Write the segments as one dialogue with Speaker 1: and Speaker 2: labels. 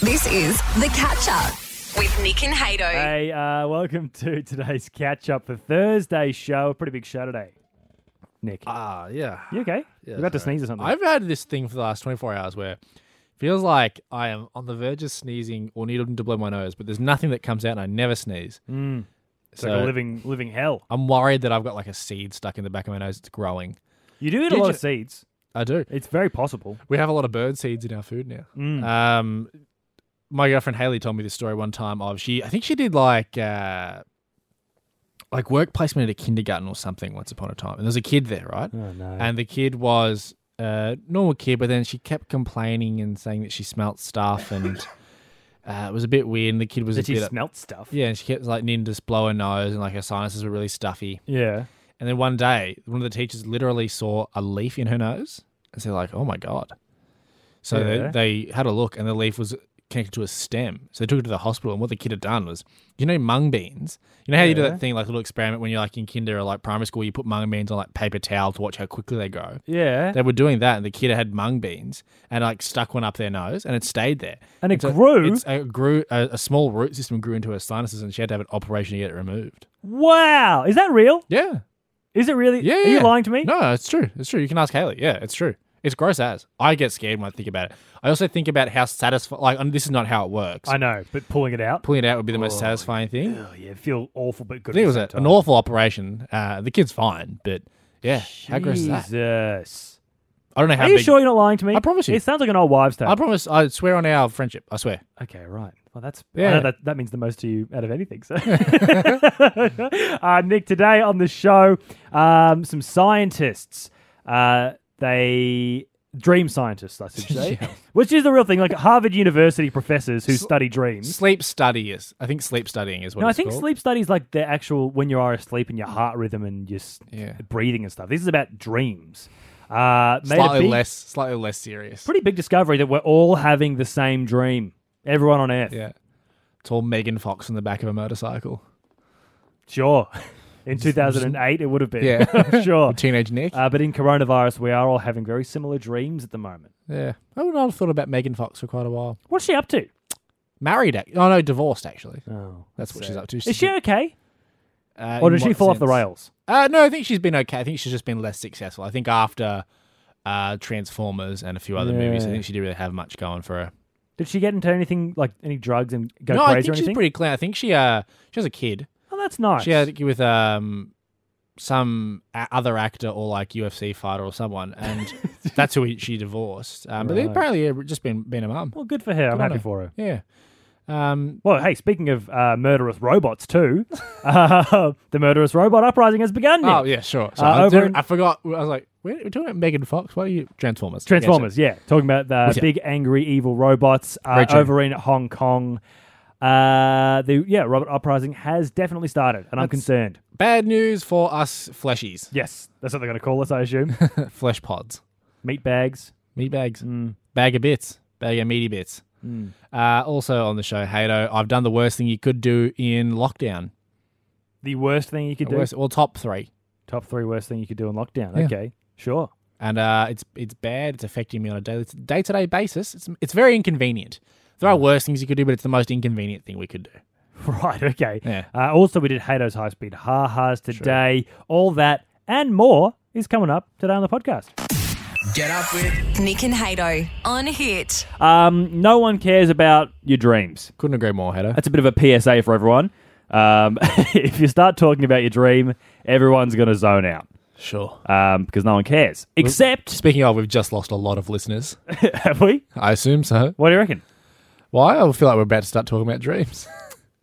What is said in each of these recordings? Speaker 1: This is The Catch Up with Nick and Hato.
Speaker 2: Hey, uh, welcome to today's catch up for Thursday's show. A pretty big show today, Nick.
Speaker 3: Ah, yeah.
Speaker 2: you okay?
Speaker 3: yeah,
Speaker 2: you about to
Speaker 3: sorry.
Speaker 2: sneeze or something?
Speaker 3: I've had this thing for the last 24 hours where it feels like I am on the verge of sneezing or needing to blow my nose, but there's nothing that comes out and I never sneeze.
Speaker 2: Mm. it's like a
Speaker 3: so-
Speaker 2: living, living hell.
Speaker 3: I'm worried that I've got like a seed stuck in the back of my nose. It's growing.
Speaker 2: You do eat a
Speaker 3: Did
Speaker 2: lot
Speaker 3: you-
Speaker 2: of seeds.
Speaker 3: I do.
Speaker 2: It's very possible.
Speaker 3: We have a lot of bird seeds in our food now.
Speaker 2: Mm.
Speaker 3: Um, my girlfriend Haley told me this story one time of she, I think she did like, uh, like work placement at a kindergarten or something once upon a time. And there was a kid there, right?
Speaker 2: Oh no.
Speaker 3: and the kid was a normal kid, but then she kept complaining and saying that she smelt stuff, and uh, it was a bit weird. And the kid was
Speaker 2: Did
Speaker 3: a
Speaker 2: she
Speaker 3: bit,
Speaker 2: smelt stuff?
Speaker 3: yeah, and she kept like needing to blow her nose, and like her sinuses were really stuffy.
Speaker 2: Yeah.
Speaker 3: And then one day, one of the teachers literally saw a leaf in her nose, and so they're like, "Oh my god!" So
Speaker 2: Yeah.
Speaker 3: they, they had a look, and the leaf was connected to a stem. So they took it to the hospital, and what the kid had done was, you know, mung beans. You know how you do
Speaker 2: Yeah.
Speaker 3: that thing, like a little experiment when you're like in kinder or like primary school, you put mung beans on like paper towel to watch how quickly they grow
Speaker 2: Yeah.
Speaker 3: they were doing that, and the kid had mung beans and like stuck one up their nose, and it stayed there.
Speaker 2: And it
Speaker 3: So
Speaker 2: grew?
Speaker 3: It's, it grew. A, a small root system grew into her sinuses, and she had to have an operation to get it removed.
Speaker 2: Wow. Is that real?
Speaker 3: Yeah,
Speaker 2: Is it really?
Speaker 3: yeah.
Speaker 2: Are you
Speaker 3: yeah.
Speaker 2: lying to me?
Speaker 3: No, it's true. It's true. You can ask Haley. Yeah, it's true. It's gross as. I get scared when I think about it. I also think about how satisfying. Like, and this is not how it works.
Speaker 2: I know, but pulling it out.
Speaker 3: Pulling it out would be the most satisfying thing.
Speaker 2: Oh, yeah, feel awful but
Speaker 3: I
Speaker 2: good.
Speaker 3: think it was a,
Speaker 2: at the same
Speaker 3: an
Speaker 2: time.
Speaker 3: awful operation. Uh, the kid's fine, but yeah, how gross is that?
Speaker 2: Jesus.
Speaker 3: I don't know how
Speaker 2: Are you
Speaker 3: big.
Speaker 2: sure you're not lying to me?
Speaker 3: I promise you.
Speaker 2: It sounds like an old wives' tale.
Speaker 3: I promise. I swear on our friendship. I swear.
Speaker 2: Okay, right. Well, that's I
Speaker 3: Yeah.
Speaker 2: know that that means the most to you out of anything. So, uh, Nick, today on the show, um, some scientists, uh, they dream scientists, I should say, which is the real thing. Like Harvard University professors who study dreams.
Speaker 3: Sleep study is. I think sleep studying is what.
Speaker 2: No, I
Speaker 3: it's
Speaker 2: think
Speaker 3: called.
Speaker 2: sleep studies like the actual when you are asleep and your heart rhythm and your s-
Speaker 3: Mm. Yeah.
Speaker 2: breathing and stuff. This is about dreams. Uh, made a
Speaker 3: Slightly
Speaker 2: big-
Speaker 3: less, slightly less serious.
Speaker 2: pretty big discovery that we're all having the same dream. Everyone on Earth.
Speaker 3: yeah, it's all Megan Fox on the back of a motorcycle.
Speaker 2: Sure. In 2008, it would have been.
Speaker 3: Yeah.
Speaker 2: I'm sure.
Speaker 3: Teenage Nick.
Speaker 2: Uh, but in coronavirus, we are all having very similar dreams at the moment.
Speaker 3: yeah, I would not have thought about Megan Fox for quite a while.
Speaker 2: What's she up to?
Speaker 3: Married? ac- Oh no, divorced actually.
Speaker 2: Oh.
Speaker 3: That's what she's up to.
Speaker 2: Is she okay?
Speaker 3: uh,
Speaker 2: Or
Speaker 3: in
Speaker 2: did she
Speaker 3: what
Speaker 2: fall off the
Speaker 3: sense?
Speaker 2: rails?
Speaker 3: Uh, no, I think she's been okay. I think she's just been less successful. I think after uh, Transformers and a few other movies, I
Speaker 2: Yeah.
Speaker 3: think she didn't really have much going for her.
Speaker 2: Did she get into anything like any drugs and go
Speaker 3: no,
Speaker 2: crazy
Speaker 3: I think
Speaker 2: or anything?
Speaker 3: she's pretty clean. I think she uh she has a kid.
Speaker 2: oh, that's nice.
Speaker 3: She had it with um some a- other actor or like UFC fighter or someone, and that's who he, she divorced. Um, But they
Speaker 2: Right.
Speaker 3: apparently have just been been a mum.
Speaker 2: Well, good for her. I'm
Speaker 3: Good on
Speaker 2: happy
Speaker 3: her.
Speaker 2: for her.
Speaker 3: Yeah. Um,
Speaker 2: Well, hey, speaking of uh, murderous robots too, uh, the murderous robot uprising has begun. Nick.
Speaker 3: oh yeah, sure. So
Speaker 2: Uh,
Speaker 3: I,
Speaker 2: over
Speaker 3: don't-
Speaker 2: in-
Speaker 3: I forgot. I was like, we're, we're talking about Megan Fox. Why are you Transformers?
Speaker 2: Transformers, yeah. Talking about the
Speaker 3: Yeah.
Speaker 2: big angry evil robots uh,
Speaker 3: Great show.
Speaker 2: over in Hong Kong. Uh, the yeah, robot uprising has definitely started, and I'm concerned.
Speaker 3: Yeah, so bad news for us fleshies,
Speaker 2: Yes, that's what they're going to call us, I assume.
Speaker 3: flesh pods,
Speaker 2: Meat bags.
Speaker 3: meat bags, bag of bits, bag of meaty bits. Uh, also on the show, Hato, I've done the worst thing you could do in lockdown.
Speaker 2: The worst thing you could do.
Speaker 3: Worst, well, top three.
Speaker 2: Top three worst thing you could do in lockdown.
Speaker 3: Yeah.
Speaker 2: Okay, sure.
Speaker 3: and uh, it's it's bad. It's affecting me on a day day to day basis. It's it's very inconvenient. There are worse things you could do, but it's the most inconvenient thing we could do.
Speaker 2: Right. Okay.
Speaker 3: Yeah.
Speaker 2: Uh, also, we did Hato's high speed ha ha's today. All that and more is coming up today on the podcast.
Speaker 4: Get up with
Speaker 1: Nick and Hato on Hit.
Speaker 2: Um, no one cares about your dreams.
Speaker 3: Couldn't agree more, Hedda.
Speaker 2: That's a bit of a PSA for everyone. Um, if you start talking about your dream, everyone's going to zone out
Speaker 3: Sure.
Speaker 2: um, because no one cares. Except,
Speaker 3: Speaking of, we've just lost a lot of listeners.
Speaker 2: have we?
Speaker 3: I assume so.
Speaker 2: What do you reckon?
Speaker 3: Why? I feel like we're about to start talking about dreams.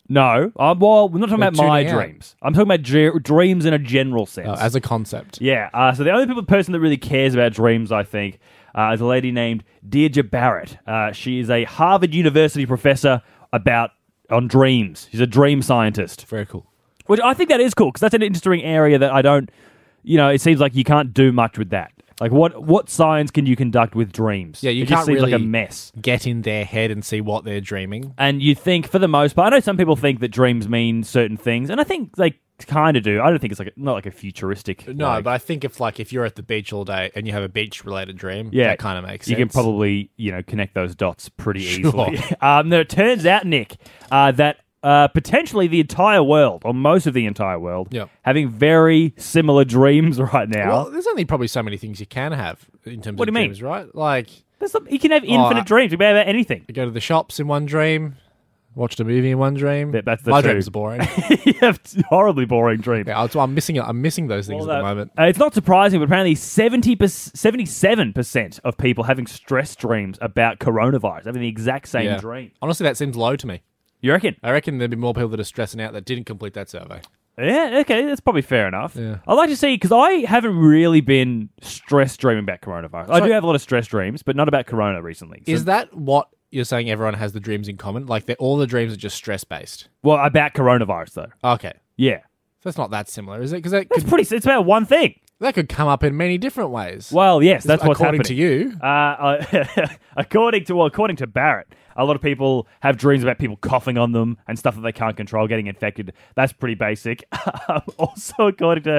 Speaker 2: No. Um, well, we're not talking
Speaker 3: They're
Speaker 2: about my
Speaker 3: tuning out. Oh,
Speaker 2: dreams. I'm talking about dr- dreams in a general sense.
Speaker 3: as a concept.
Speaker 2: yeah. Uh, so the only people, person that really cares about dreams, I think, uh, is a lady named Deirdre Barrett. Uh, she is a Harvard University professor about on dreams. She's a dream scientist.
Speaker 3: Very cool.
Speaker 2: Which I think that is cool because that's an interesting area that I don't, you know, it seems like you can't do much with that. Like what what science can you conduct with dreams?
Speaker 3: Yeah, you
Speaker 2: it just
Speaker 3: can't
Speaker 2: seems like a
Speaker 3: really-
Speaker 2: mess.
Speaker 3: Get in their head and see what they're dreaming.
Speaker 2: And you think for the most part, I know some people think that dreams mean certain things, and I think like kind of do. I don't think it's like a, not like a futuristic.
Speaker 3: No,
Speaker 2: like-
Speaker 3: but I think if like if you're at the beach all day and you have a beach related dream,
Speaker 2: Yeah.
Speaker 3: that kind of makes
Speaker 2: you
Speaker 3: sense.
Speaker 2: can probably you know connect those dots pretty
Speaker 3: Sure.
Speaker 2: easily. um, no, it turns out, Nick, uh, that uh, potentially the entire world or most of the entire world
Speaker 3: Yep.
Speaker 2: having very similar dreams right now.
Speaker 3: Well, there's only probably so many things you can have in terms
Speaker 2: What
Speaker 3: of
Speaker 2: do you mean?
Speaker 3: dreams, right? Like
Speaker 2: There's some- you can have infinite
Speaker 3: Oh, I-
Speaker 2: dreams. You can have anything.
Speaker 3: you go to the shops in one dream, watched a movie in one dream.
Speaker 2: Yeah, that's the
Speaker 3: My
Speaker 2: two.
Speaker 3: dreams are boring.
Speaker 2: you have horribly boring dreams.
Speaker 3: yeah, that's why I'm missing. I'm missing those things at the
Speaker 2: Although,
Speaker 3: moment.
Speaker 2: uh, it's not surprising, but apparently 70 77% of people having stress dreams about coronavirus, having the exact same
Speaker 3: Yeah.
Speaker 2: dream.
Speaker 3: Honestly, that seems low to me.
Speaker 2: You reckon?
Speaker 3: I reckon there'd be more people that are stressing out that didn't complete that survey.
Speaker 2: Yeah, okay, that's probably fair enough.
Speaker 3: Yeah.
Speaker 2: I'd like to see, because I haven't really been stress dreaming about coronavirus. I
Speaker 3: So-
Speaker 2: do have a lot of stress dreams, but not about corona recently. So-
Speaker 3: Is that what you're saying? Everyone has the dreams in common. Like they're- all the dreams are just stress based.
Speaker 2: well, about coronavirus, though.
Speaker 3: Okay,
Speaker 2: Yeah.
Speaker 3: so it's not that similar, is it? Because that
Speaker 2: It's
Speaker 3: could,
Speaker 2: pretty, it's about one thing.
Speaker 3: that could come up in many different ways.
Speaker 2: Well, yes, that's what's
Speaker 3: according
Speaker 2: happening.
Speaker 3: to you.
Speaker 2: Uh, uh, according to well, according to Barrett, a lot of people have dreams about people coughing on them and stuff that they can't control, getting infected. That's pretty basic. Um, also, according to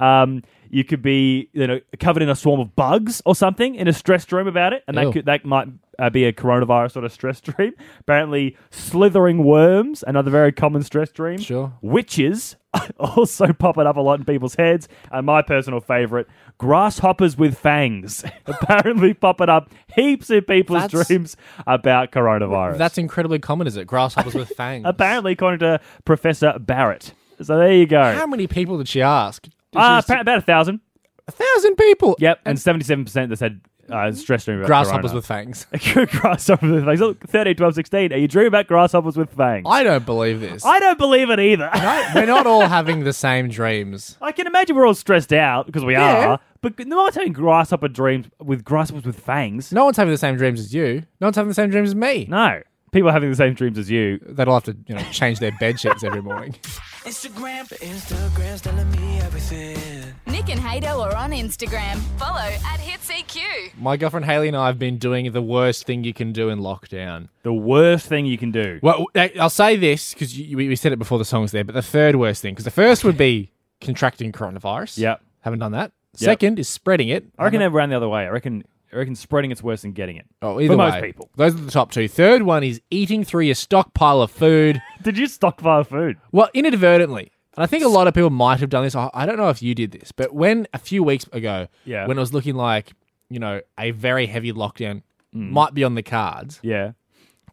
Speaker 2: her, um, you could be you know covered in a swarm of bugs or something in a stress dream about it, and
Speaker 3: Ew.
Speaker 2: that could, that might. Uh, be a coronavirus sort of stress dream. Apparently, slithering worms, another very common stress dream.
Speaker 3: Sure.
Speaker 2: Witches also popping up a lot in people's heads. And my personal favourite, grasshoppers with fangs, apparently popping up heaps in people's
Speaker 3: That's-
Speaker 2: dreams about coronavirus.
Speaker 3: That's incredibly common, is it? Grasshoppers with fangs.
Speaker 2: apparently according to Professor Barrett. So there you
Speaker 3: How
Speaker 2: go.
Speaker 3: many people did she ask? Did she
Speaker 2: Uh,
Speaker 3: just-
Speaker 2: appa- about a thousand.
Speaker 3: a thousand people.
Speaker 2: Yep, and seventy-seven percent that said uh, stress dream about
Speaker 3: Mm-hmm. Grasshoppers
Speaker 2: corona.
Speaker 3: with fangs.
Speaker 2: grasshoppers with fangs. Look, 13, 12, 16. Are you dreaming about grasshoppers with fangs?
Speaker 3: I don't believe this.
Speaker 2: I don't believe it either.
Speaker 3: We're not all having the same dreams.
Speaker 2: I can imagine we're all stressed out because we
Speaker 3: Yeah.
Speaker 2: are. But no one's having grasshopper dreams with grasshoppers with fangs.
Speaker 3: No one's having the same dreams as you. No one's having the same dreams as me.
Speaker 2: No. People are having the same dreams as you.
Speaker 3: They'd all have to, you know, change their bed sheets every morning.
Speaker 4: Instagram, Instagram's telling me everything.
Speaker 5: Nick and Hato are on Instagram. Follow at HitsEQ.
Speaker 3: My girlfriend Haley and I have been doing the worst thing you can do in lockdown.
Speaker 2: The worst thing you can do.
Speaker 3: Well, I- I'll say this because we we said it before the song's there, but the third worst thing, because the first would be contracting coronavirus.
Speaker 2: Yep.
Speaker 3: Haven't done that.
Speaker 2: Yep.
Speaker 3: Second is spreading it.
Speaker 2: I reckon they're around the other way. I reckon I reckon spreading it's worse than getting it.
Speaker 3: Oh, either
Speaker 2: For most
Speaker 3: way.
Speaker 2: people.
Speaker 3: Those are the top two. Third one is eating through your stockpile of food.
Speaker 2: Did you stockpile food?
Speaker 3: Well, inadvertently. And I think a lot of people might have done this. I I don't know if you did this, but when a few weeks ago,
Speaker 2: Yeah.
Speaker 3: when it was looking like, you know, a very heavy lockdown
Speaker 2: Mm.
Speaker 3: might be on the cards,
Speaker 2: Yeah.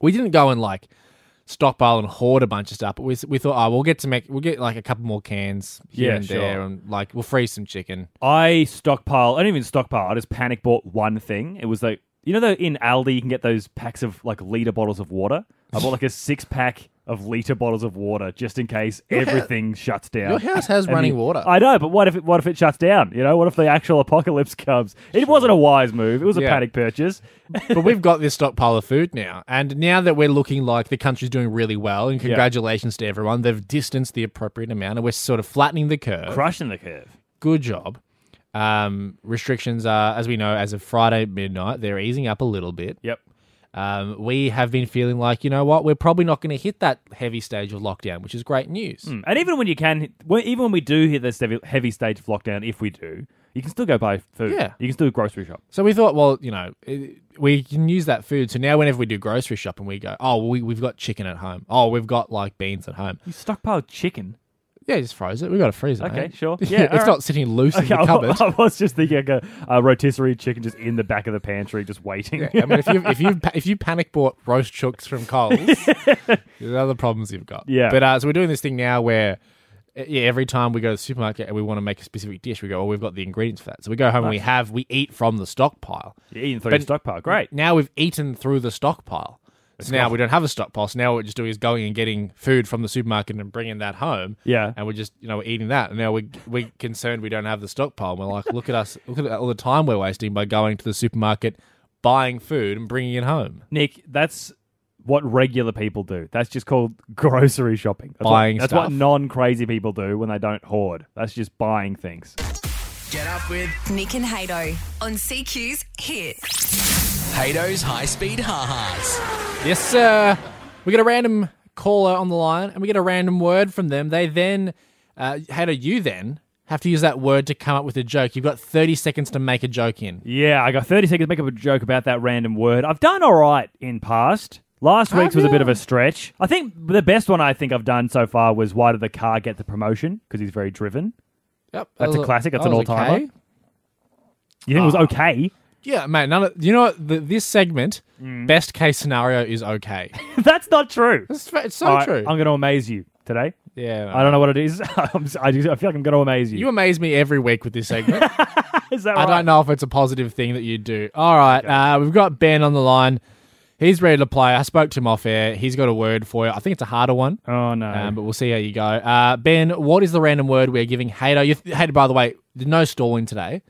Speaker 3: we didn't go and like stockpile and hoard a bunch of stuff, but we, we thought, oh, we'll get to make, we'll get like a couple more cans here
Speaker 2: Yeah,
Speaker 3: and
Speaker 2: sure.
Speaker 3: there and like we'll freeze some chicken.
Speaker 2: I stockpile. I didn't even stockpile. I just panic bought one thing. It was like you know, though in Aldi you can get those packs of like liter bottles of water. I bought like a six pack of liter bottles of water just in case everything shuts down.
Speaker 3: your house has
Speaker 2: And
Speaker 3: running
Speaker 2: you-
Speaker 3: water.
Speaker 2: I know, but what if it, what if it shuts down? You know, what if the actual apocalypse comes? It wasn't a wise move. It was
Speaker 3: Yeah.
Speaker 2: a panic purchase.
Speaker 3: but we've got this stockpile of food now. And now that we're looking like the country's doing really well, and congratulations to everyone, they've distanced the appropriate amount and we're sort of flattening the curve.
Speaker 2: Crushing the curve.
Speaker 3: Good job. Um, restrictions are, as we know, as of Friday midnight, they're easing up a little bit.
Speaker 2: Yep.
Speaker 3: Um, we have been feeling like, you know what, we're probably not going to hit that heavy stage of lockdown, which is great news.
Speaker 2: And even when you can, well, even when we do hit this heavy, heavy stage of lockdown, if we do, you can still go buy food.
Speaker 3: Yeah.
Speaker 2: You can still grocery shop.
Speaker 3: So we thought, well, you know, it, we can use that food. So now, whenever we do grocery shopping, we go, oh, we, we've got chicken at home. Oh, we've got like beans at home.
Speaker 2: You stockpile chicken.
Speaker 3: Yeah, just froze it. We got to freeze it.
Speaker 2: Okay,
Speaker 3: mate.
Speaker 2: sure.
Speaker 3: Yeah,
Speaker 2: Yeah,
Speaker 3: it's
Speaker 2: all right.
Speaker 3: not sitting loose
Speaker 2: Okay,
Speaker 3: in the
Speaker 2: I, wa-
Speaker 3: cupboard.
Speaker 2: I was just thinking like a, a rotisserie chicken just in the back of the pantry, just waiting.
Speaker 3: I mean, if you if you pa- if you panic bought roast chooks from Coles, there's other problems you've got.
Speaker 2: Yeah.
Speaker 3: But uh, so we're doing this thing now where. uh, Yeah, every time we go to the supermarket and we want to make a specific dish, we go, "Oh, we've got the ingredients for that." So we go home and we have we eat from the stockpile.
Speaker 2: You're eating through
Speaker 3: But
Speaker 2: your stockpile. Great.
Speaker 3: Now we've eaten through the stockpile. So now we don't have a stockpile. So now what we're just doing is going and getting food from the supermarket and bringing that home.
Speaker 2: Yeah.
Speaker 3: And we're just you know we're eating that. And now we we're concerned we don't have the stockpile. We're like, look at us, look at all the time we're wasting by going to the supermarket, buying food and bringing it home.
Speaker 2: Nick, that's what regular people do. That's just called grocery shopping. That's
Speaker 3: Buying
Speaker 2: what, That's
Speaker 3: stuff.
Speaker 2: what non crazy people do when they don't hoard. That's just buying things.
Speaker 4: Get up with
Speaker 1: Nick and Hato on CQ's Hit.
Speaker 4: Hato's high speed ha-has.
Speaker 3: Yes, sir. We get a random caller on the line and we get a random word from them. They then Uh, how do you then have to use that word to come up with a joke? You've got 30 seconds to make a joke in.
Speaker 2: Yeah, I got 30 seconds to make up a joke about that random word. I've done all right in past. Last week's was a bit of a stretch. I think the best one I think I've done so far was why did the car get the promotion? Because he's very driven.
Speaker 3: Yep,
Speaker 2: That's a classic. That's an all-timer.
Speaker 3: time.
Speaker 2: You think it was
Speaker 3: Ah.
Speaker 2: okay?
Speaker 3: Yeah, mate. None of you know what? The, this segment,
Speaker 2: Mm.
Speaker 3: best case scenario is okay.
Speaker 2: That's not true.
Speaker 3: it's, fa- it's so
Speaker 2: All right,
Speaker 3: true.
Speaker 2: I'm going to amaze you today.
Speaker 3: yeah,
Speaker 2: I don't know what it is. I'm s- I, just, I feel like I'm going to amaze you.
Speaker 3: you amaze me every week with this segment.
Speaker 2: is that
Speaker 3: I
Speaker 2: right?
Speaker 3: don't know if it's a positive thing that you do. All right, uh, we've got Ben on the line. He's ready to play. I spoke to him off air. He's got a word for you. I think it's a harder one,
Speaker 2: Oh no.
Speaker 3: um, but we'll see how you go. Uh, ben, what is the random word we're giving Hater? You, Hater, by the way, there's no stalling today.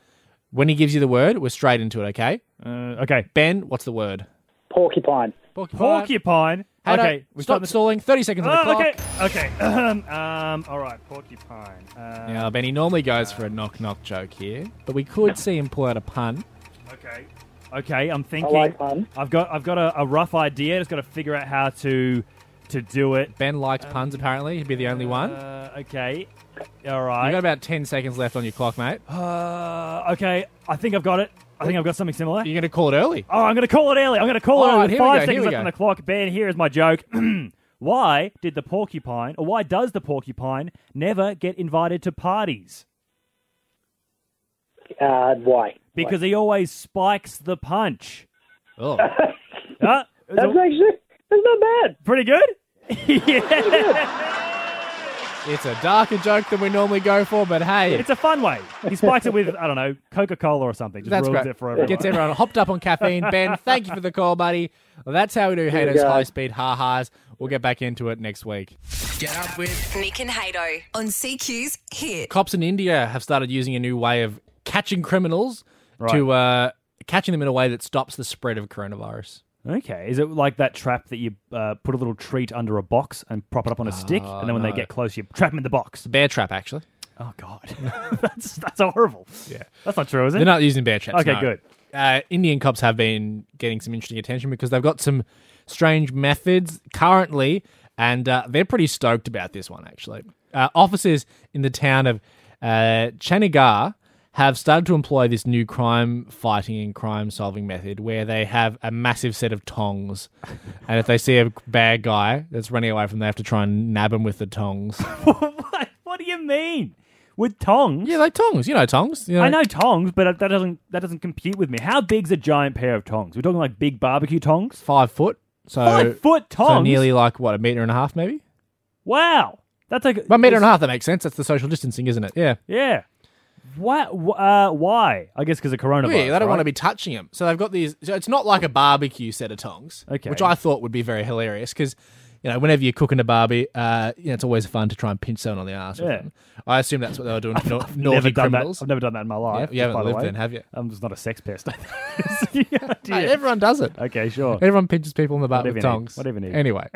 Speaker 3: When he gives you the word, we're straight into it. Okay,
Speaker 2: Uh, okay.
Speaker 3: Ben, what's the word?
Speaker 6: Porcupine.
Speaker 3: Porcupine.
Speaker 2: Porcupine.
Speaker 3: Hato,
Speaker 2: okay. We've
Speaker 3: stop
Speaker 2: done this.
Speaker 3: stalling. Thirty seconds on the
Speaker 2: Oh,
Speaker 3: clock.
Speaker 2: okay. Okay. um. All right. Porcupine. Uh,
Speaker 3: Now, Benny normally goes for a knock knock joke here, but we could see him pull out a pun.
Speaker 2: Okay. Okay, I'm
Speaker 6: I
Speaker 2: thinking.
Speaker 6: like pun.
Speaker 2: I've got I've got a, a rough idea. Just got to figure out how to to do it.
Speaker 3: Ben likes
Speaker 2: Um,
Speaker 3: puns, apparently. He'd be the only one. You've
Speaker 2: Uh, okay. All
Speaker 3: got
Speaker 2: right.
Speaker 3: about 10 seconds left on your clock, mate.
Speaker 2: Uh, okay. I think I've got it. I think I've got something similar.
Speaker 3: You're going to call it early.
Speaker 2: Oh, I'm going to call it early. I'm going to call
Speaker 3: All
Speaker 2: it
Speaker 3: right,
Speaker 2: early.
Speaker 3: here we
Speaker 2: Five
Speaker 3: go, here
Speaker 2: seconds
Speaker 3: we
Speaker 2: left
Speaker 3: go.
Speaker 2: on the clock. Ben, here is my joke. Why did the porcupine, or why does the porcupine never get invited to parties?
Speaker 6: Uh, why?
Speaker 2: Because he always spikes the punch.
Speaker 3: Oh.
Speaker 2: Huh?
Speaker 6: That's actually that's not bad.
Speaker 2: pretty good. yeah,
Speaker 3: it's a darker joke than we normally go for, but hey,
Speaker 2: it's a fun way. He spikes it with I don't know Coca Cola or something. Just
Speaker 3: that's
Speaker 2: ruins
Speaker 3: great.
Speaker 2: it for everyone.
Speaker 3: Gets everyone hopped up on caffeine. Ben, thank you for the call, buddy. Well, that's how we do Haters
Speaker 6: go.
Speaker 3: High Speed Ha Ha's. We'll get back into it next week.
Speaker 4: Get up with
Speaker 1: Nick and Hato on CQ's Hit.
Speaker 3: cops in India have started using a new way of catching criminals to uh, catching them in a way that stops the spread of coronavirus.
Speaker 2: Okay, is it like that trap that you uh, put a little treat under a box and prop it
Speaker 3: Ah,
Speaker 2: up on a stick, and then when they get close, you trap them in the box?
Speaker 3: Bear trap, actually.
Speaker 2: Oh God, that's that's horrible. Yeah, that's not true, is it?
Speaker 3: They're not using bear traps.
Speaker 2: Okay,
Speaker 3: no.
Speaker 2: good.
Speaker 3: Uh, Indian cops have been getting some interesting attention because they've got some strange methods currently, and uh, they're pretty stoked about this one, actually. Uh, officers in the town of uh, Chanagar have started to employ this new crime fighting and crime solving method where they have a massive set of tongs. and if they see a bad guy that's running away from them, they have to try and nab him with the tongs.
Speaker 2: what, what do you mean with tongs?
Speaker 3: yeah, like tongs. You know tongs. You
Speaker 2: I know tongs, but that doesn't that doesn't compute with me. How big's a giant pair of tongs? We're talking like big barbecue tongs,
Speaker 3: Five foot. So
Speaker 2: five foot tongs.
Speaker 3: So nearly like what a meter and a half, maybe.
Speaker 2: Wow, that's like
Speaker 3: One meter and a half. That makes sense. That's the social distancing, isn't it? Yeah.
Speaker 2: Yeah. Why? wh- Uh, why? I guess because of coronavirus.
Speaker 3: Yeah, they don't
Speaker 2: right?
Speaker 3: want to be touching them. So they've got these. So it's not like a barbecue set of tongs,
Speaker 2: Okay.
Speaker 3: which I thought would be very hilarious because, you know, whenever you're cooking a barbie, uh, you know, it's always fun to try and pinch someone on the ass. with
Speaker 2: Yeah.
Speaker 3: them. I assume that's what they were doing. to nau-
Speaker 2: Never
Speaker 3: naughty
Speaker 2: done that.
Speaker 3: criminals.
Speaker 2: I've never done that in my life.
Speaker 3: Yeah, you haven't
Speaker 2: by the
Speaker 3: lived
Speaker 2: way.
Speaker 3: then, have you?
Speaker 2: I'm just not a sex pest. Yeah,
Speaker 3: Mate,
Speaker 2: dear.
Speaker 3: everyone does it.
Speaker 2: okay, sure.
Speaker 3: Everyone pinches people in the butt
Speaker 2: Whatever
Speaker 3: with
Speaker 2: you need.
Speaker 3: tongs.
Speaker 2: Whatever you need.
Speaker 3: Anyway,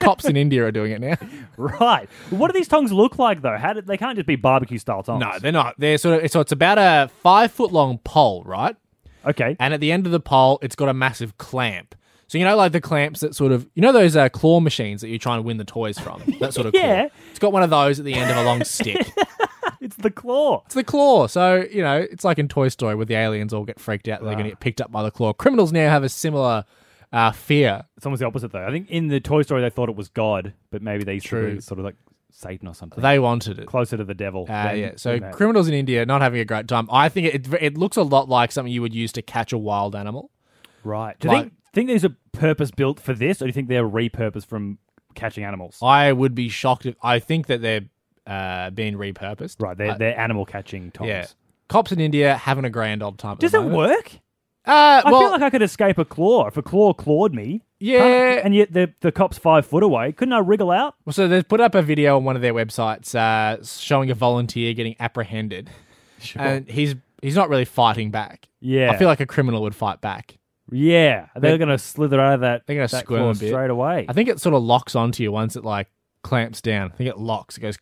Speaker 3: cops in India are doing it now.
Speaker 2: Right. What do these tongs look like though? How did they can't just be barbecue style tongs?
Speaker 3: No, they're not. They're sort of. So it's about a five foot long pole, right?
Speaker 2: Okay.
Speaker 3: and at the end of the pole, it's got a massive clamp. So you know, like the clamps that sort of you know those uh, claw machines that you try and win the toys from. That sort of
Speaker 2: Yeah.
Speaker 3: Claw. It's got one of those at the end of a long stick.
Speaker 2: It's the claw.
Speaker 3: It's the claw. So you know, it's like in Toy Story where the aliens all get freaked out. They're going to get picked up by the claw. Criminals now have a similar uh, fear.
Speaker 2: It's almost the opposite though. I think in the Toy Story they thought it was God, but maybe they used to
Speaker 3: True.
Speaker 2: be sort of like Satan or something.
Speaker 3: They wanted it.
Speaker 2: Closer to the devil.
Speaker 3: Uh,
Speaker 2: than-
Speaker 3: yeah. So
Speaker 2: than that.
Speaker 3: criminals in India not having a great time. I think it, it it looks a lot like something you would use to catch a wild animal.
Speaker 2: right. Do you
Speaker 3: like-
Speaker 2: think think these are purpose built for this, or do you think they're repurposed from catching animals?
Speaker 3: I would be shocked. if I think that they're uh, being repurposed.
Speaker 2: Right. They're
Speaker 3: I-
Speaker 2: they're animal catching tongs.
Speaker 3: Yeah. Cops in India having a grand old time. at
Speaker 2: Does
Speaker 3: the
Speaker 2: it
Speaker 3: moment.
Speaker 2: work?
Speaker 3: Uh,
Speaker 2: I
Speaker 3: well,
Speaker 2: feel like I could escape a claw if a claw clawed me.
Speaker 3: Yeah.
Speaker 2: Can't- and yet the the cop's five foot away. Couldn't I wriggle out?
Speaker 3: well, so they put up a video on one of their websites uh, showing a volunteer getting apprehended, and he's he's not really fighting back.
Speaker 2: Yeah.
Speaker 3: I feel like a criminal would fight back.
Speaker 2: Yeah, they're
Speaker 3: They-
Speaker 2: going to slither out of that.
Speaker 3: They're gonna
Speaker 2: that
Speaker 3: squirm
Speaker 2: claw
Speaker 3: a bit.
Speaker 2: straight away.
Speaker 3: I think it sort of locks onto you once it like clamps down. I think it locks. It goes,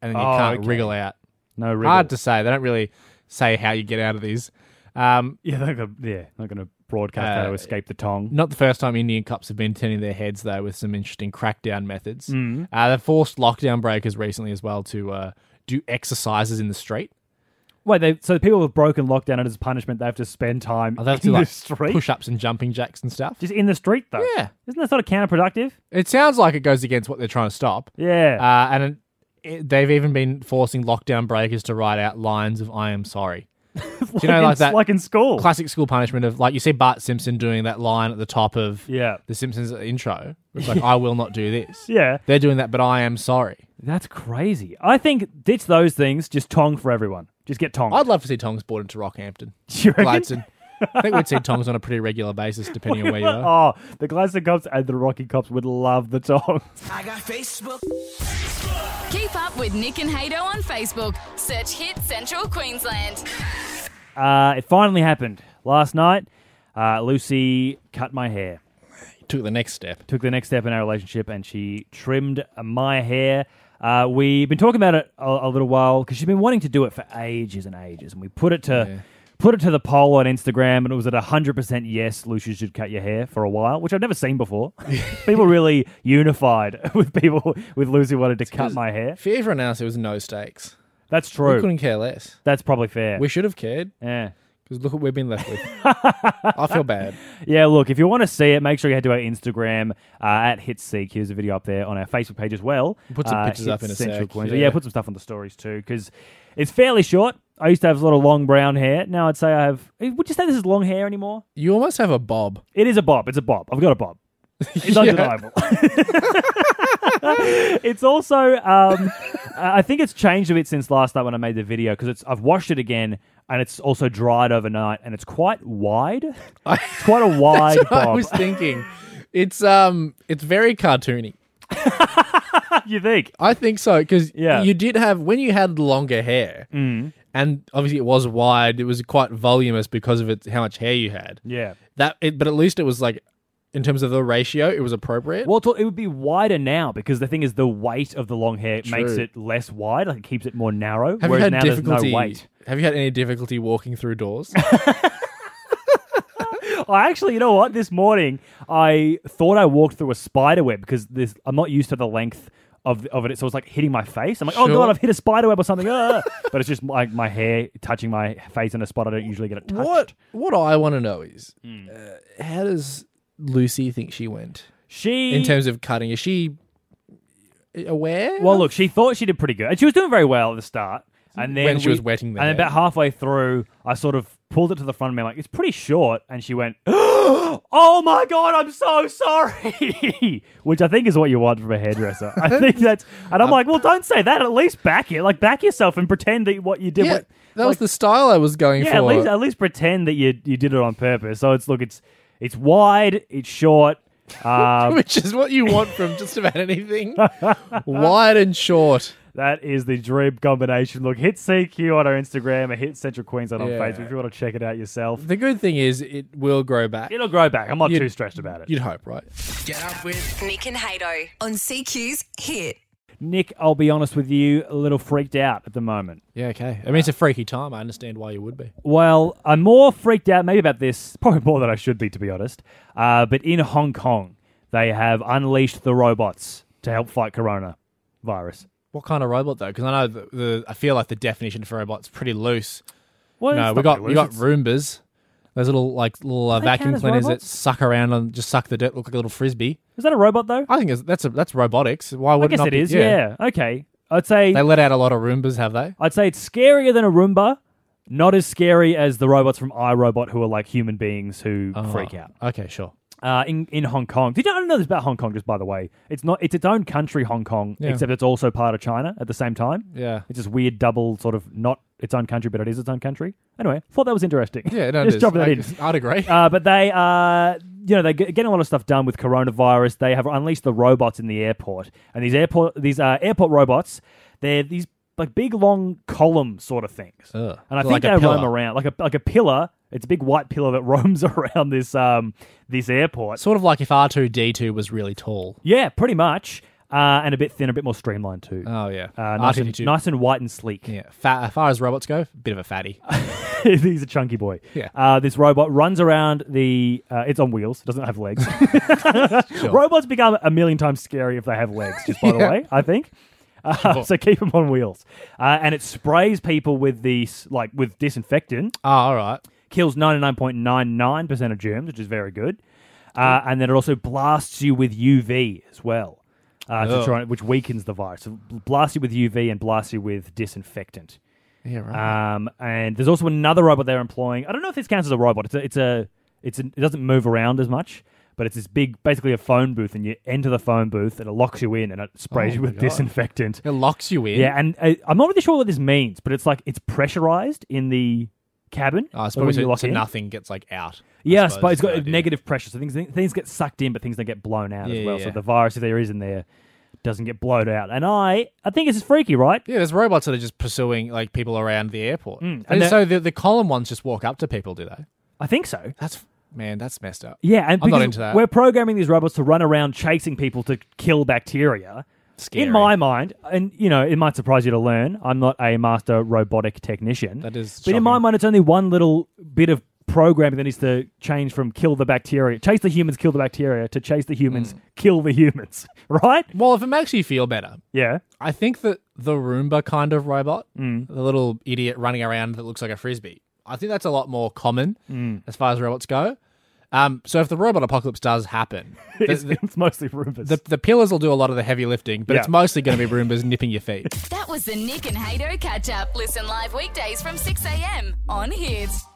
Speaker 3: and then you
Speaker 2: Oh,
Speaker 3: can't
Speaker 2: okay.
Speaker 3: wriggle out.
Speaker 2: no wriggle.
Speaker 3: Hard to say. They don't really say how you get out of these. Um,
Speaker 2: yeah, they're gonna, yeah, not going to broadcast how to
Speaker 3: Uh,
Speaker 2: escape the tong.
Speaker 3: Not the first time Indian cups have been turning their heads though with some interesting crackdown methods.
Speaker 2: Mm.
Speaker 3: Uh, they've forced lockdown breakers recently as well to uh, do exercises in the street.
Speaker 2: Wait, they, so people have broken lockdown and as punishment they have to spend time
Speaker 3: Oh, they have
Speaker 2: in
Speaker 3: to
Speaker 2: the
Speaker 3: like
Speaker 2: street,
Speaker 3: push ups and jumping jacks and stuff.
Speaker 2: just in the street though.
Speaker 3: Yeah.
Speaker 2: isn't that sort of counterproductive?
Speaker 3: It sounds like it goes against what they're trying to stop.
Speaker 2: Yeah.
Speaker 3: Uh, and it, it- they've even been forcing lockdown breakers to write out lines of "I am sorry." Do you know,
Speaker 2: in,
Speaker 3: like that
Speaker 2: like in school.
Speaker 3: classic school punishment of like you see Bart Simpson doing that line at the top of
Speaker 2: Yeah.
Speaker 3: the Simpsons intro. It's like I will not do this.
Speaker 2: Yeah.
Speaker 3: they're doing that, but I am sorry.
Speaker 2: That's crazy. I think ditch those things. Just tong for everyone. Just get tong.
Speaker 3: I'd love to see Tongs brought into Rockhampton,
Speaker 2: you reckon?
Speaker 3: Gladstone. I think we'd see Tongs on a pretty regular basis, depending on where you are.
Speaker 2: Oh, the Glasgow cops and the Rocky cops would love the tongs.
Speaker 4: I got Facebook.
Speaker 5: Keep up with Nick and Hato on Facebook. Search Hit Central Queensland.
Speaker 2: Uh, it finally happened last night. Uh, Lucy cut my hair.
Speaker 3: Took the next step.
Speaker 2: took the next step in our relationship and she trimmed my hair. Uh, we've been talking about it a, a little while because she's been wanting to do it for ages and ages, and we put it to put it to the poll on Instagram, and it was at hundred percent yes, Lucius should cut your hair for a while, which I've never seen before. people really unified with people with Lucy wanted to cut my hair.
Speaker 3: If you ever announced it was no stakes,
Speaker 2: That's
Speaker 3: we
Speaker 2: true.
Speaker 3: couldn't care less.
Speaker 2: That's probably fair.
Speaker 3: We should have cared
Speaker 2: yeah.
Speaker 3: because look what we've been left with. I feel bad.
Speaker 2: Yeah, look, if you want to see it, make sure you head to our Instagram uh, at HitCQ. There's a video up there on our Facebook page as well.
Speaker 3: Put some
Speaker 2: Uh,
Speaker 3: pictures up in a
Speaker 2: Central
Speaker 3: sec,
Speaker 2: Queensland.
Speaker 3: yeah.
Speaker 2: put some stuff on the stories too, because it's fairly short. I used to have a lot of long brown hair. Now I'd say I have. eh, Would you say this is long hair anymore?
Speaker 3: You almost have a bob.
Speaker 2: It is a bob. It's a bob. I've got a bob. It's undeniable. it's also, um, I think it's changed a bit since last night when I made the video because it's I've washed it again and it's also dried overnight and it's quite wide. It's quite a wide bob.
Speaker 3: I was thinking, it's um, it's very cartoony.
Speaker 2: you think?
Speaker 3: I think so because
Speaker 2: Yeah. Mm.
Speaker 3: you did have when you had longer hair, and obviously it was wide. It was quite voluminous because of it, how much hair you had.
Speaker 2: Yeah.
Speaker 3: That, it, but at least it was like, in terms of the ratio, it was appropriate.
Speaker 2: Well, it would be wider now because the thing is, the weight of the long hair makes
Speaker 3: True.
Speaker 2: it less wide, like it keeps it more narrow.
Speaker 3: have you
Speaker 2: whereas
Speaker 3: had
Speaker 2: now
Speaker 3: difficulty?
Speaker 2: there's no weight.
Speaker 3: Have you had any difficulty walking through doors?
Speaker 2: I actually, you know what? This morning, I thought I walked through a spider web because this, I'm not used to the length of, of it. So it's like hitting my face. I'm like, oh
Speaker 3: Sure.
Speaker 2: god, I've hit a spider web or something. Ah. but it's just like my hair touching my face in a spot I don't usually get it touched.
Speaker 3: what What I want to know is,
Speaker 2: Hmm.
Speaker 3: uh, how does Lucy think she went
Speaker 2: She
Speaker 3: in terms of cutting? Is she aware?
Speaker 2: Well, look, she thought she did pretty good, and she was doing very well at the start. And then
Speaker 3: When she
Speaker 2: we-
Speaker 3: was wetting the
Speaker 2: and
Speaker 3: hair.
Speaker 2: about halfway through, I sort of pulled it to the front of me, like it's pretty short, and she went, "Oh my god, I'm so sorry," which I think is what you want from a hairdresser. I think that's, and I'm like, well, don't say that. At least back it, like back yourself and pretend that what you did.
Speaker 3: yeah,
Speaker 2: was-
Speaker 3: that was the style I was going
Speaker 2: yeah,
Speaker 3: for.
Speaker 2: at least at least pretend that you you did it on purpose. So it's look, it's it's wide, it's short. Um,
Speaker 3: which is what you want from just about anything. Wide and short.
Speaker 2: That is the dream combination. Look, hit CQ on our Instagram and hit Central Queensland on
Speaker 3: Yeah.
Speaker 2: Facebook if you want to check it out yourself.
Speaker 3: The good thing is it will grow back.
Speaker 2: It'll grow back. I'm not
Speaker 3: You'd-
Speaker 2: too stressed about it.
Speaker 3: You'd hope, right?
Speaker 4: Get up with
Speaker 1: Nick and Hato on CQ's Hit.
Speaker 2: Nick, I'll be honest with you, a little freaked out at the moment.
Speaker 3: Yeah, okay. I mean, it's a freaky time. I understand why you would be.
Speaker 2: Well, I'm more freaked out maybe about this, probably more than I should be, to be honest. Uh, but in Hong Kong, they have unleashed the robots to help fight coronavirus.
Speaker 3: What kind of robot though? Because I know the, the I feel like the definition for robot's pretty loose.
Speaker 2: Well,
Speaker 3: no,
Speaker 2: it's not
Speaker 3: we got
Speaker 2: really
Speaker 3: we got
Speaker 2: loose.
Speaker 3: Roombas. Those little like little uh,
Speaker 2: they count
Speaker 3: vacuum
Speaker 2: as
Speaker 3: cleaners
Speaker 2: robots?
Speaker 3: that suck around and just suck the dirt, look like a little frisbee.
Speaker 2: Is that a robot, though?
Speaker 3: I think it's, that's a, that's robotics. Why
Speaker 2: I
Speaker 3: would
Speaker 2: guess
Speaker 3: not
Speaker 2: it
Speaker 3: be-
Speaker 2: is, yeah. Okay. I'd say
Speaker 3: They let out a lot of Roombas, have they?
Speaker 2: I'd say it's scarier than a Roomba, not as scary as the robots from iRobot who are like human beings who
Speaker 3: Ah.
Speaker 2: freak out.
Speaker 3: Okay, sure.
Speaker 2: Uh, in in Hong Kong, did you I don't know this about Hong Kong? Just by the way, it's not it's its own country, Hong Kong,
Speaker 3: Yeah.
Speaker 2: except it's also part of China at the same time.
Speaker 3: Yeah.
Speaker 2: it's this weird double sort of not its own country, but it is its own country. Anyway, thought that was interesting.
Speaker 3: Yeah, no, it
Speaker 2: just
Speaker 3: is.
Speaker 2: drop that
Speaker 3: I-
Speaker 2: in.
Speaker 3: I'd agree.
Speaker 2: Uh, but they are, you know, they're get- getting a lot of stuff done with coronavirus. They have unleashed the robots in the airport, and these airport these uh, airport robots, they're these like big long column sort of things,
Speaker 3: Ugh.
Speaker 2: and I
Speaker 3: So like
Speaker 2: think
Speaker 3: a
Speaker 2: they roam
Speaker 3: pillar.
Speaker 2: around like a like a pillar. It's a big white pillar that roams around this um this airport.
Speaker 3: sort of like if R two D two was really tall.
Speaker 2: Yeah, pretty much. uh, and a bit thinner, a bit more streamlined too.
Speaker 3: Oh yeah,
Speaker 2: Uh, nice, and,
Speaker 3: R2D2.
Speaker 2: nice and white and sleek.
Speaker 3: Yeah, fat, as far as robots go, bit of a fatty.
Speaker 2: He's a chunky boy.
Speaker 3: Yeah.
Speaker 2: Uh, this robot runs around the. Uh, it's on wheels. Doesn't have legs. Robots become a million times scary if they have legs. Just by the way, I think. Uh, so keep them on wheels, uh, and it sprays people with these like with disinfectant,
Speaker 3: Oh, all right.
Speaker 2: kills ninety nine point nine nine percent of germs, which is very good, uh, and then it also blasts you with UV as well, uh, to
Speaker 3: Oh.
Speaker 2: try, which weakens the virus. So blasts you with UV and blasts you with disinfectant.
Speaker 3: Yeah, right.
Speaker 2: Um, and there's also another robot they're employing. I don't know if this counts as a robot. It's a, it's a, it's an it doesn't move around as much, but it's this big, basically a phone booth, and you enter the phone booth and it locks you in and it sprays
Speaker 3: Oh
Speaker 2: you
Speaker 3: my
Speaker 2: with
Speaker 3: God.
Speaker 2: disinfectant.
Speaker 3: it locks you in.
Speaker 2: Yeah, and uh, I'm not really sure what this means, but it's like it's pressurized in the cabin.
Speaker 3: Oh, I
Speaker 2: like,
Speaker 3: suppose
Speaker 2: when you
Speaker 3: it,
Speaker 2: lock
Speaker 3: so
Speaker 2: in.
Speaker 3: nothing gets like out.
Speaker 2: Yeah, I suppose,
Speaker 3: is
Speaker 2: it's got
Speaker 3: the
Speaker 2: a
Speaker 3: idea.
Speaker 2: negative pressure, so things things get sucked in, but things don't get blown out
Speaker 3: Yeah,
Speaker 2: as well.
Speaker 3: yeah,
Speaker 2: So
Speaker 3: yeah.
Speaker 2: the virus, if there is in there, doesn't get blown out. And I, I think it's just freaky, right?
Speaker 3: Yeah, there's robots that are just pursuing like people around the airport.
Speaker 2: Mm, and
Speaker 3: And,
Speaker 2: they're-
Speaker 3: so the, the column ones just walk up to people, do they?
Speaker 2: I think so.
Speaker 3: That's man, that's messed up.
Speaker 2: Yeah, and
Speaker 3: I'm not
Speaker 2: because
Speaker 3: into that.
Speaker 2: we're programming these robots to run around chasing people to kill bacteria.
Speaker 3: Scary.
Speaker 2: In my mind, and you know, it might surprise you to learn, I'm not a master robotic technician.
Speaker 3: That is
Speaker 2: but in my
Speaker 3: shocking.
Speaker 2: mind, it's only one little bit of programming that needs to change from kill the bacteria, chase the humans, kill the bacteria, to chase the humans,
Speaker 3: Mm.
Speaker 2: kill the humans. Right?
Speaker 3: Well, if it makes you feel better,
Speaker 2: Yeah.
Speaker 3: I think that the Roomba kind of robot,
Speaker 2: Hmm.
Speaker 3: the little idiot running around that looks like a frisbee, I think that's a lot more common
Speaker 2: Hmm.
Speaker 3: as far as robots go. Um, so if the robot apocalypse does happen, the,
Speaker 2: It's,
Speaker 3: the,
Speaker 2: it's mostly rumors.
Speaker 3: the, the pillars will do a lot of the heavy lifting, but
Speaker 2: Yeah.
Speaker 3: it's mostly going to be Roombas nipping your feet.
Speaker 5: That was the Nick and Hato catch up. Listen live weekdays from 6 a.m. on Hits.